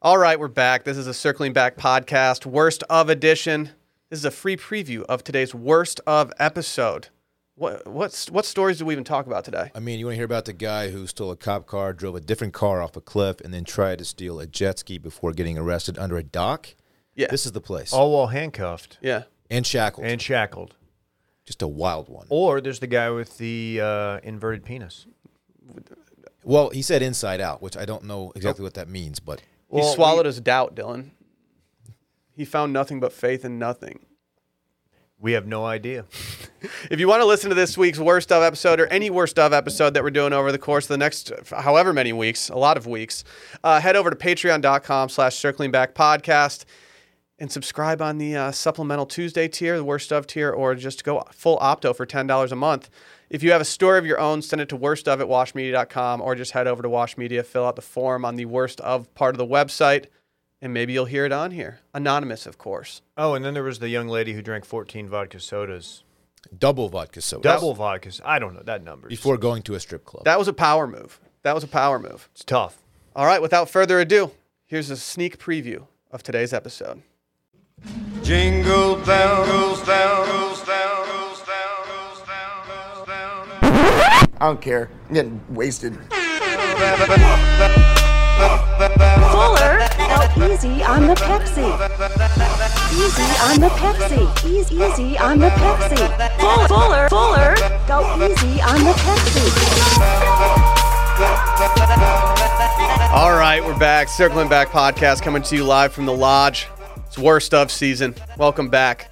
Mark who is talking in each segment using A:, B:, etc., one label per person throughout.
A: All right, we're back. This is a Circling Back podcast, worst of edition. This is a free preview of today's worst of episode. What what's what stories do we even talk about today?
B: I mean, you want to hear about the guy who stole a cop car, drove a different car off a cliff, and then tried to steal a jet ski before getting arrested under a dock?
A: Yeah. Oh.
B: This is the place.
C: all while handcuffed
A: Yeah.
B: And shackled.
C: and shackled.
B: Just a wild one.
C: Or there's the guy with the uh, inverted penis.
B: Well, he said inside out, which I don't know
A: Oh.
B: exactly what that means, but
C: Well,
A: he
C: we-
A: swallowed his doubt, Dylan. He found nothing but faith in nothing.
C: We have no idea.
A: If you want to listen to this week's worst of episode or any worst of episode that we're doing over the course of the next however many weeks, a lot of weeks, uh, head over to patreon.com slash circling back podcast and subscribe on the uh, supplemental Tuesday tier, the worst of tier, or just go full opto for $10 a month. If you have a story of your own, send it to worst of at washmedia.com or just head over to Wash Media, fill out the form on the worst of part of the website, and maybe you'll hear it on here. Anonymous, of course.
C: Oh, and then there was the young lady who drank 14 vodka sodas,
B: double vodka soda
C: double vodkas. I don't know that number.
B: before going to a strip club.
A: That was a power move. That was a power move.
C: it's tough.
A: All right, without further ado, here's a sneak preview of today's episode.
D: Jingle bell, goes down, goes down, goes down, goes down, goes down.
E: I don't care. I'm getting wasted.
F: Fuller. Now easy on the Pepsi. Easy on the Pepsi. Easy, easy on the Pepsi. Fuller, fuller, fuller. Go easy on the Pepsi.
A: All right, we're back. Circling Back podcast coming to you live from the lodge. It's worst of season. Welcome back.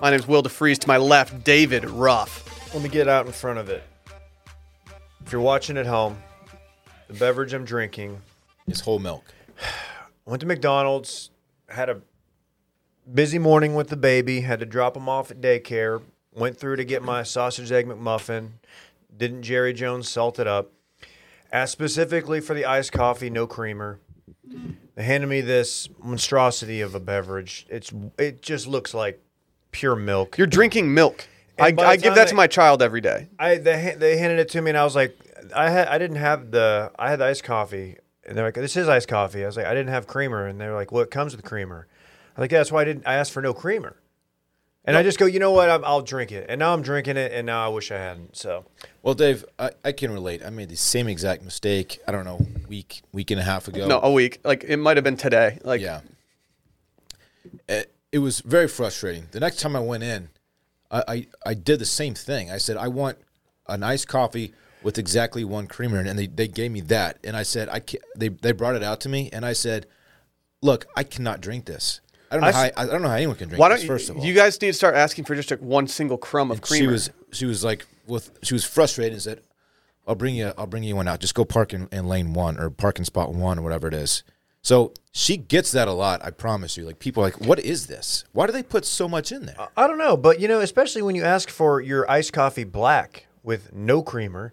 A: My name's Will DeFries. To my left, David Ruff.
C: Let me get out in front of it. If you're watching at home, the beverage I'm drinking.
B: It's whole milk.
C: Went to McDonald's, had a busy morning with the baby, had to drop him off at daycare, went through to get my sausage egg McMuffin, didn't Jerry Jones salt it up. Asked specifically for the iced coffee, no creamer. They handed me this monstrosity of a beverage. It's it just looks like pure milk.
A: You're drinking milk. I,
C: And by the
A: I give
C: time
A: that to
C: they-
A: my child every day.
C: I they ha- they handed it to me and I was like, I had I didn't have the I had the iced coffee and they're like, this is iced coffee. I was like, I didn't have creamer and they're like, well, it comes with creamer. I'm like, yeah, that's why I didn't. I asked for no creamer, and I just go, you know what? I'm, I'll drink it. And now I'm drinking it, and now I wish I hadn't. So
B: Well, Dave, I, I can relate. I made the same exact mistake, I don't know, week, week and a half ago.
A: No, a week. Like it might have been today. Like
B: Yeah. It, it was very frustrating. The next time I went in, I, I, I did the same thing. I said, I want an iced coffee with exactly one creamer. And they, they gave me that. And I said, I can't, they, they brought it out to me. And I said, look, I cannot drink this. I don't know,
A: I
B: how, I,
A: s-
B: I don't know how anyone can drink
A: why
B: this,
A: don't
B: first of all.
A: you guys need to start asking for just like one single crumb of creamer?
B: She was, she was like, with, she was frustrated and said, I'll bring you, I'll bring you one out. Just go park in, in lane one or parking spot one or whatever it is. So she gets that a lot. I promise you. Like people are like, what is this? Why do they put so much in there?
C: I don't know, but you know, especially when you ask for your iced coffee black with no creamer,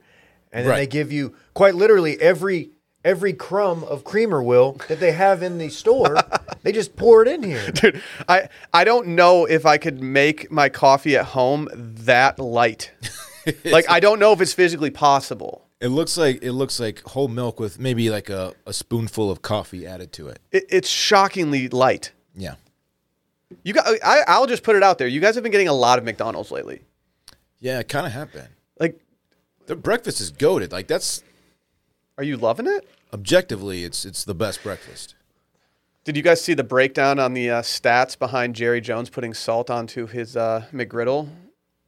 C: and then
B: Right.
C: they give you quite literally every. Every crumb of creamer will that they have in the store, they just pour it in here.
A: Dude, I I don't know if I could make my coffee at home that light. like I don't know if it's physically possible.
B: It looks like it looks like whole milk with maybe like a, a spoonful of coffee added to it.
A: It, it's shockingly light.
B: Yeah.
A: You got I I'll just put it out there. You guys have been getting a lot of McDonald's lately.
B: Yeah, it kind of happened.
A: Like
B: Their breakfast is goaded. Like that's
A: are you loving it?
B: objectively it's it's the best breakfast.
A: Did you guys see the breakdown on the uh, stats behind Jerry Jones putting salt onto his uh, McGriddle?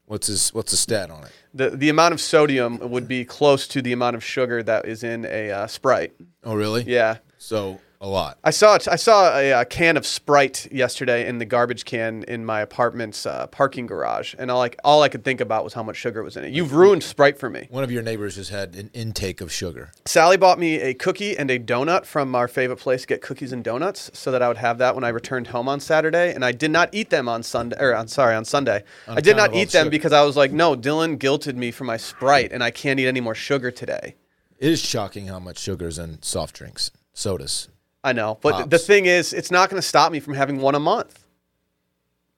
B: What's his what's the stat on it?
A: The the amount of sodium would be close to the amount of sugar that is in a uh, Sprite.
B: Oh really?
A: Yeah.
B: So a lot.
A: I saw it- I saw a, uh can of Sprite yesterday in the garbage can in my apartment's uh, parking garage, and all like all I could think about was how much sugar was in it. You've ruined Sprite for me.
B: One of your neighbors just had an intake of sugar.
A: Sally bought me a cookie and a donut from our favorite place, Get Cookies and Donuts, so that I would have that when I returned home on Saturday, and I did not eat them on Sunday. Or on sorry, on Sunday, I did
B: account
A: not
B: of all
A: eat
B: the
A: them
B: sugar.
A: because I was like, no, Dylan guilted me for my Sprite, and I can't eat any more sugar today.
B: It is shocking how much sugar is in soft drinks, sodas.
A: I know, but th- the
B: Pops.
A: thing is, it's not going to stop me from having one a month.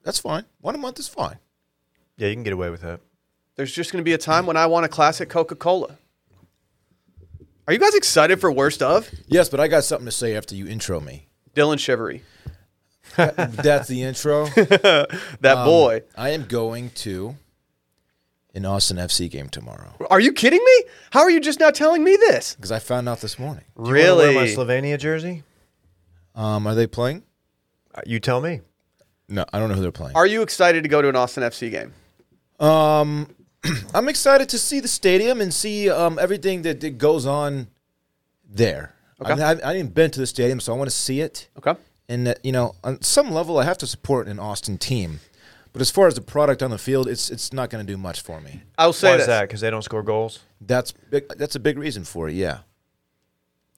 B: That's fine. One a month is fine.
C: Yeah, you can get away with that.
A: There's just going to be a time when I want a classic Coca Cola. Are you guys excited for worst of
B: Yes, but I got something to say after you intro me.
A: Dylan Shivery?
B: That's the intro.
A: That
C: Um,
A: boy.
B: I am going to an Austin FC game tomorrow
A: Are you kidding me? How are you just now telling me this?
B: because I found out this morning.
C: You wanna
A: Really?
C: Wear my Slovenia jersey?
B: Um, are they playing?
C: Uh, You tell me.
B: No, I don't know who they're playing.
A: Are you excited to go to an Austin FC game?
B: Um, I'm excited to see the stadium and see um, everything that, that goes on there. I,
A: Okay.
B: I, I haven't been to the stadium, so I want to see it.
A: Okay.
B: And that, you know, on some level, I have to support an Austin team. But as far as the product on the field, it's it's not going to do much for me.
A: I'll say
C: Why
A: this.
C: is that? Because they don't score goals.
B: That's big, that's a big reason for it. Yeah.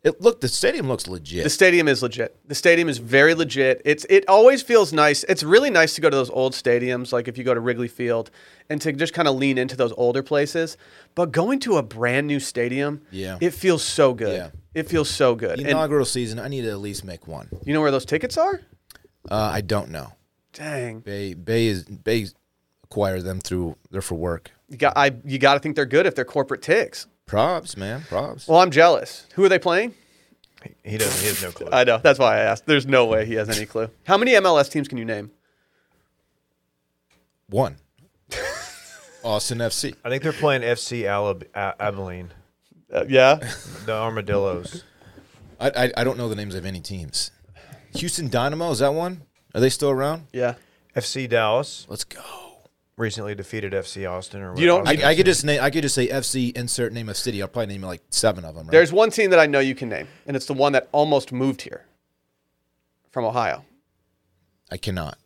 B: It look the stadium looks legit.
A: The stadium is legit. The stadium is very legit. It's it always feels nice. It's really nice to go to those old stadiums, like if you go to Wrigley Field, and to just kind of lean into those older places. But going to a brand new stadium,
B: Yeah.
A: it feels so good.
B: Yeah.
A: It feels so good.
B: The
A: and
B: inaugural season, I need to at least make one.
A: you know where those tickets are?
B: Uh, I don't know.
A: Dang,
B: Bay Bay is Bay acquired them through they're for work.
A: you got I you got to think they're good if they're corporate ticks.
B: Props, man. Props.
A: Well, I'm jealous. Who are they playing?
C: He- He doesn't. He has no clue.
A: I know. That's why I asked. There's no way he has any clue. How many MLS teams can you name?
B: One. Austin FC.
C: I think they're playing FC Alab- A- Abilene,
A: Uh, yeah.
C: the Armadillos.
B: I, I I don't know the names of any teams. Houston Dynamo is that one? Are they still around?
A: Yeah.
C: FC Dallas
B: Let's go.
C: recently defeated FC Austin. Or
A: You don't-
B: I,
C: Austin
B: I could just name. I could just say FC. Insert name of city. I'll probably name like seven of them. Right?
A: There's one team that I know you can name, and it's the one that almost moved here from Ohio,
B: I cannot.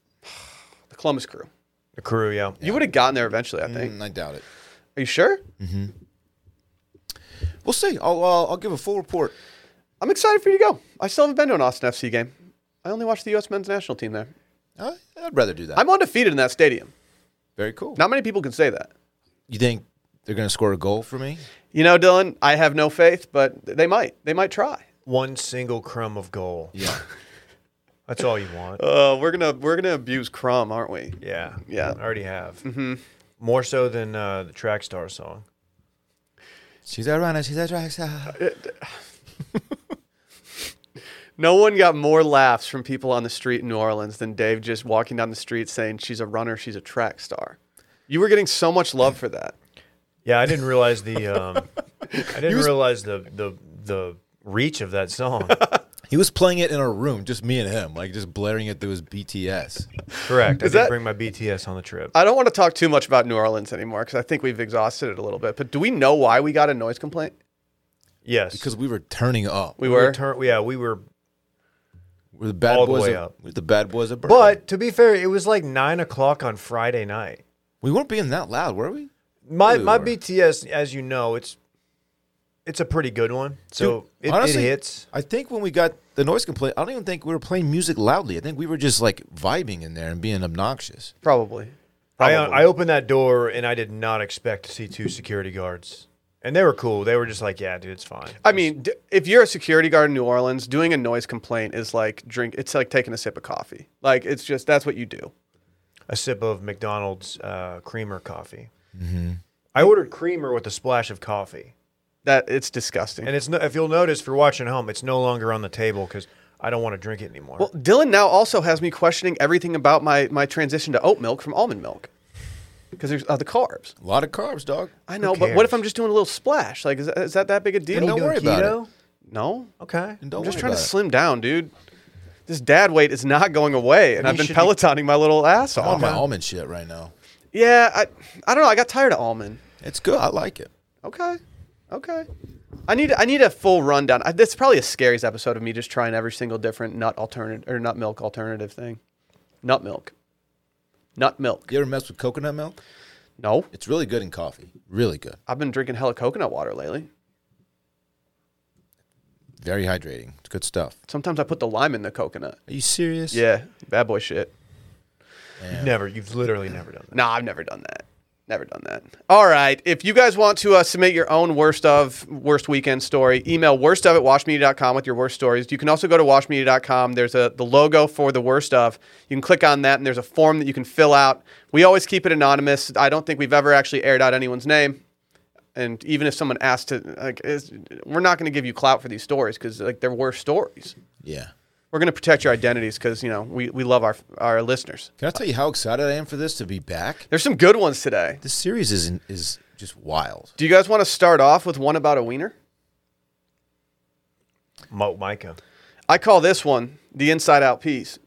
A: the Columbus Crew.
C: the crew. Yeah.
A: You would have gotten there eventually, I think.
B: Mm, I doubt it.
A: Are you sure?
B: We'll see. I'll uh, I'll give a full report.
A: I'm excited for you to go. I still haven't been to an Austin FC game. I only watched the U.S. men's national team there.
B: Uh, I'd rather do that.
A: I'm undefeated in that stadium.
B: Very cool.
A: Not many people can say that.
B: you think they're going to score a goal for me?
A: You know, Dylan, I have no faith, but they might. They might try.
C: One single crumb of goal.
B: Yeah.
C: That's all you want.
A: Uh, we're gonna we're gonna abuse Crumb, aren't we?
C: Yeah.
A: Yeah.
C: I already have. Mm-hmm. More so than uh, the track star song.
B: she's a runner. She's a track star.
A: No one got more laughs from people on the street in New Orleans than Dave just walking down the street saying she's a runner, she's a track star. You were getting so much love for that.
C: Yeah, I didn't realize the. Um, I didn't realize the the the reach of that song.
B: He was playing it in a room, just me and him, like just blaring it through his BTS.
C: Correct. I did
A: that-
C: bring my BTS on the trip.
A: I don't want to talk too much about New Orleans anymore because I think we've exhausted it a little bit. But do we know why we got a noise complaint?
C: yes.
B: Because we were turning up.
A: We
C: we
A: were.
C: were turn- yeah, we were
B: We're the bad
C: All the
B: boys.
C: way
B: of,
C: up.
B: We're the bad boys of Berkeley.
C: But to be fair, it was like nine o'clock on Friday night.
B: we weren't being that loud, were we?
C: My
B: We
C: my
B: were.
C: BTS, as you know, it's it's a pretty good one. So
B: Dude,
C: it, it hits.
B: I think when we got the noise complaint, I don't even think we were playing music loudly. I think we were just like vibing in there and being obnoxious.
A: Probably. uh,
C: I, uh,
A: Probably.
C: I opened that door and I did not expect to see two security guards, and they were cool. They were just like, "Yeah, dude, it's fine."
A: I mean, d- if you're a security guard in New Orleans, doing a noise complaint is like drink. It's like taking a sip of coffee. Like it's just that's what you do.
C: a sip of McDonald's uh, creamer coffee.
B: Mm-hmm.
C: I ordered creamer with a splash of coffee,
A: That it's disgusting.
C: and it's no, if you'll notice if you're watching at home, it's no longer on the table because I don't want to drink it anymore.
A: Well, Dylan now also has me questioning everything about my my transition to oat milk from almond milk because there's other carbs.
B: A lot of carbs, dog.
A: I know, but what if
C: cares?
A: I'm just doing a little splash? Like, is that, is that that big a deal?
B: don't worry about it.
A: No,
C: Okay,
B: And don't
A: I'm just
B: worry
A: trying to
B: about it.
A: slim down, dude. This dad weight is not going away, and I've been
C: should be-
A: pelotoning my little ass
B: I'm on
A: off.
B: Oh my almond shit right now.
A: Yeah, I, I don't know. I got tired of almond.
B: It's good. I like it.
A: Okay, okay. I need I need a full rundown. I, that's probably a scariest episode of me just trying every single different nut alternative or nut milk alternative thing. Nut milk, nut milk.
B: You ever mess with coconut milk?
A: No,
B: It's really good in coffee. Really good.
A: I've been drinking hella coconut water lately.
B: Very hydrating. It's good stuff.
A: Sometimes I put the lime in the coconut.
B: Are you serious?
A: Yeah, bad boy shit.
C: You've never, you've literally never done that.
A: No, I've never done that. Never done that. All right. If you guys want to uh, submit your own worst of, worst weekend story, email worst of at washmedia.com with your worst stories. You can also go to washmedia.com. There's a the logo for the worst of. You can click on that, and there's a form that you can fill out. We always keep it anonymous. I don't think we've ever actually aired out anyone's name. And even if someone asked to, like, it's, we're not going to give you clout for these stories because like they're worse stories.
B: Yeah.
A: We're going to protect your identities because you know we, we love our our listeners.
B: Can I tell you how excited I am for this to be back?
A: There's some good ones today.
B: This series is is just wild.
A: Do you guys want to start off with one about a wiener?
C: Mo Micah.
A: I call this one the inside out piece.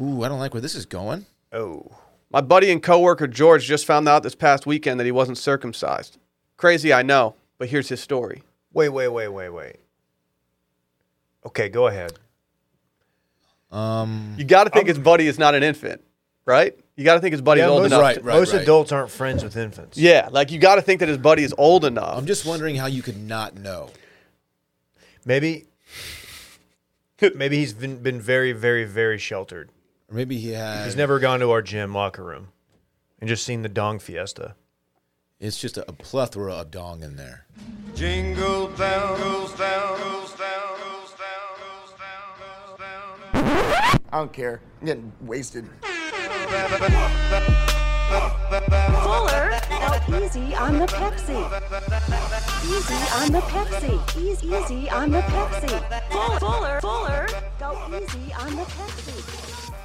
B: Ooh, I don't like where this is going.
C: Oh.
A: My buddy and coworker George just found out this past weekend that he wasn't circumcised. Crazy, I know, but here's his story.
C: Wait, wait, wait, wait, wait. Okay, go ahead.
B: Um,
A: You got to think his buddy is not an infant, right? You got to think his buddy's old
C: most,
A: enough.
B: right,
A: to-
B: right.
C: most adults aren't friends with infants.
A: Yeah, like you got to think that his buddy is old enough.
B: I'm just wondering how you could not know.
C: Maybe maybe he's been, been very, very, very sheltered.
B: Or maybe he had.
C: He's never gone to our gym locker room and just seen the dong fiesta.
B: It's just a, a plethora of dong in there.
D: Jingle bell goes down, goes down, goes down, goes down, goes down, goes down.
E: I don't care. I'm getting wasted.
F: Fuller. Go easy on the Pepsi. Easy on the Pepsi. Ease easy on the Pepsi. Fuller. Fuller. Fuller. Go easy on the Pepsi.